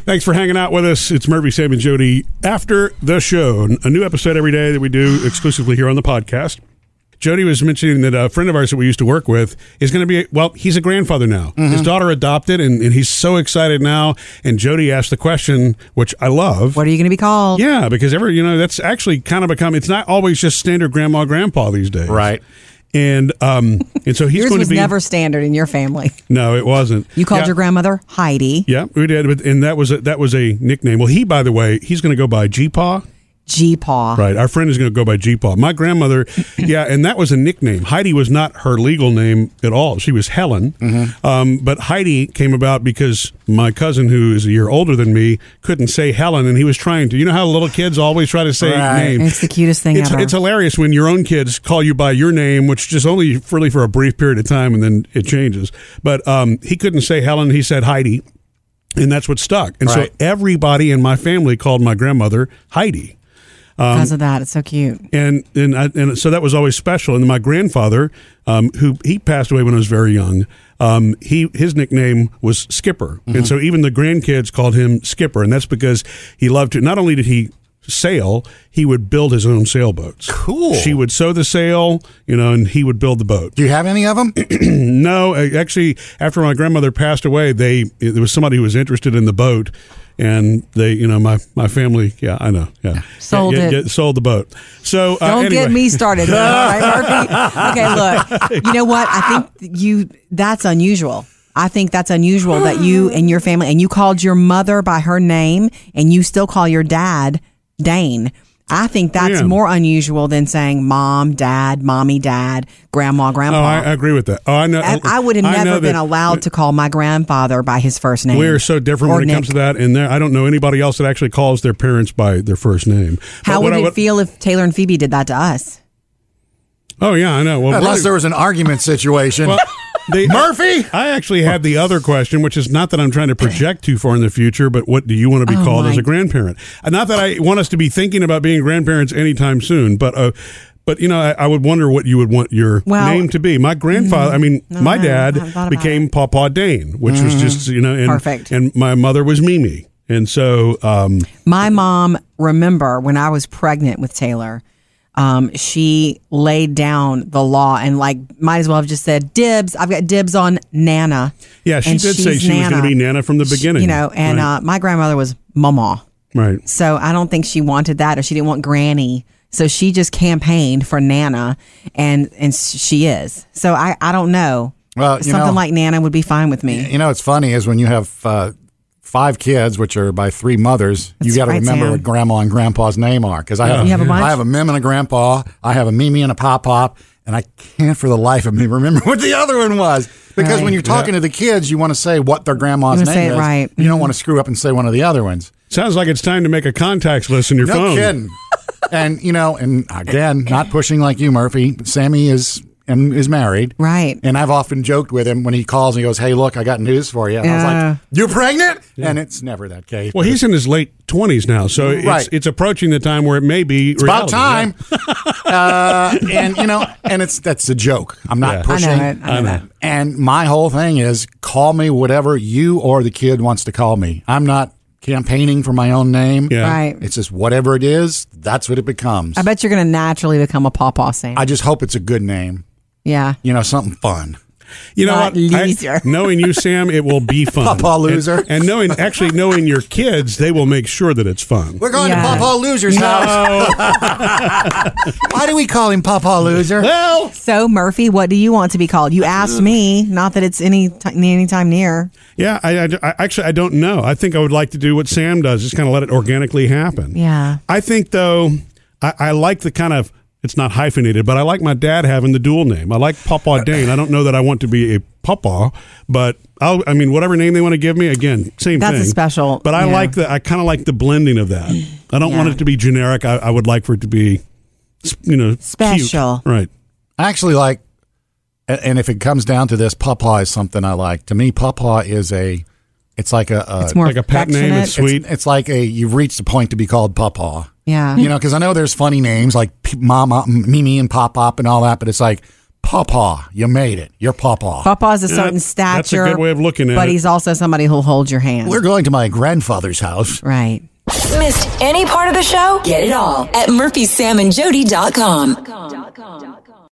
Thanks for hanging out with us. It's Murphy, Sam, and Jody after the show. A new episode every day that we do exclusively here on the podcast. Jody was mentioning that a friend of ours that we used to work with is going to be, well, he's a grandfather now. Mm-hmm. His daughter adopted, and, and he's so excited now. And Jody asked the question, which I love. What are you going to be called? Yeah, because every you know that's actually kind of become it's not always just standard grandma grandpa these days, Right. And um and so he's Yours going was to be never standard in your family. no, it wasn't. You called yeah. your grandmother Heidi. yeah, we did, but and that was a, that was a nickname. Well, he by the way, he's going to go by G-Paw. G Paw. Right, our friend is going to go by G-Paw. My grandmother, yeah, and that was a nickname. Heidi was not her legal name at all. She was Helen, Mm-hmm. um, but Heidi came about because my cousin, who is a year older than me, couldn't say Helen, and he was trying to. You know how little kids always try to say Right. names. It's the cutest thing It's, ever. it's hilarious when your own kids call you by your name, which just only really for a brief period of time, and then it changes. But um, he couldn't say Helen; he said Heidi, and that's what stuck. And Right. so everybody in my family called my grandmother Heidi, Um, because of that, it's so cute. and and I, and so that was always special. And my grandfather, um, who he passed away when I was very young, um, he his nickname was Skipper, Mm-hmm. and so even the grandkids called him Skipper, and that's because he loved to. Not only did he sail, he would build his own sailboats. Cool. She would sew the sail, you know, and he would build the boat. Do you have any of them? No, a- actually, after my grandmother passed away, they there was somebody who was interested in the boat, and they, you know, my my family, yeah, I know, yeah, Sold Yeah, yeah, it. yeah, sold the boat. So uh, Don't anyway. get me started. All right, Murphy? Okay, look. You know what? I think you that's unusual. I think that's unusual that you and your family and you called your mother by her name and you still call your dad Dane. I think that's Yeah. more unusual than saying mom, dad, mommy, dad, grandma, grandpa. Oh, I, I agree with that. Oh, I know. I, I would have I know never been that allowed to call my grandfather by his first name. We are so different or when it comes to Nick. that, and there, I don't know anybody else that actually calls their parents by their first name. But How what would I it feel if Taylor and Phoebe did that to us? Oh yeah, I know. Well, Unless really- there was an argument situation. they- Murphy? I actually had the other question, which is not that I'm trying to project too far in the future, but what do you want to be Oh, called as my- a grandparent? And Not that I want us to be thinking about being grandparents anytime soon, but uh, but you know, I, I would wonder what you would want your Well- mm-hmm. Oh, name to be. My grandfather, I mean, my no, I haven't dad thought about Mm-hmm. became Papa Dane, which was just you know, and, Perfect. And my mother was Mimi, and so um, My mom, remember when I was pregnant with Taylor, um, she laid down the law and like might as well have just said dibs. I've got dibs on Nana. yeah, she And did say she's she was going to be Nana from the beginning, You know, and right? uh, my grandmother was Mama, right. so I don't think she wanted that, or she didn't want Granny. So she just campaigned for Nana, and and she is. So I I don't know. Well, you something know- like Nana would be fine with me. You know, what's funny is when you have uh, five kids, which are by three mothers, you That's got to right, remember Sam. what grandma and grandpa's name are. Because I have, You have a bunch? I have a mim and a grandpa, I have a Mimi and a pop pop, and I can't for the life of me remember what the other one was. Because Right. when you're talking to the kids, you want to say what their grandma's You wanna name say it is. right. Mm-hmm. You don't want to screw up and say one of the other ones. Sounds like it's time to make a contacts list in your No phone. kidding. and you know, and again, not pushing like you, Murphy. Sammy is and is married. Right. And I've often joked with him when he calls and he goes, Hey, look, I got news for you. And I Yeah. was like, You're pregnant? And it's never that case. Well, he's in his late twenties now, so it's Right. it's approaching the time where it may be it's about reality, yeah. time. uh, and you know, and it's that's a joke. I'm not Yeah. I pushing. know it. I know, that. And my whole thing is call me whatever you or the kid wants to call me. I'm not campaigning for my own name. Yeah. Right. It's just whatever it is, that's what it becomes. I bet you're going to naturally become a pawpaw Sam. I just hope it's a good name. yeah. You know, something fun. You know What what? I- loser. knowing you, Sam, it will be fun. Papa loser. And, and knowing actually knowing your kids, they will make sure that it's fun. We're going Yeah. to Papa Loser's house. Oh, Why do we call him Papa Loser? well, So Murphy, what do you want to be called? You asked me, not that it's any t- any time near. yeah. I, I, I actually I don't know. I think I would like to do what Sam does, just kind of let it organically happen. Yeah. I think though, I, I like the kind of it's not hyphenated, but I like my dad having the dual name. I like Papa Dane. I don't know that I want to be a Papa, but I'll, I mean, whatever name they want to give me, again, same That's a thing. special- But I yeah. like the I kind of like the blending of that. I don't want Yeah. it to be generic. I, I would like for it to be, s- you know, cute. Special. right? I actually like, a- and if it comes down to this, Papa is something I like. To me, Papa is a, it's like a, a It's more like a pet name, affectionate. it's sweet. It's, it's like a, you've reached the point to be called Papa. Yeah. You know, because I know there's funny names like P- Mama, M- Mimi, and Pop Pop and all that, but it's like Papa, you made it. You're Papa. Papa's a certain stature. that's a good way of looking at But it. he's also somebody who'll hold your hand. We're going to my grandfather's house. right. Missed any part of the show? Get it all at murphysamandjody.com.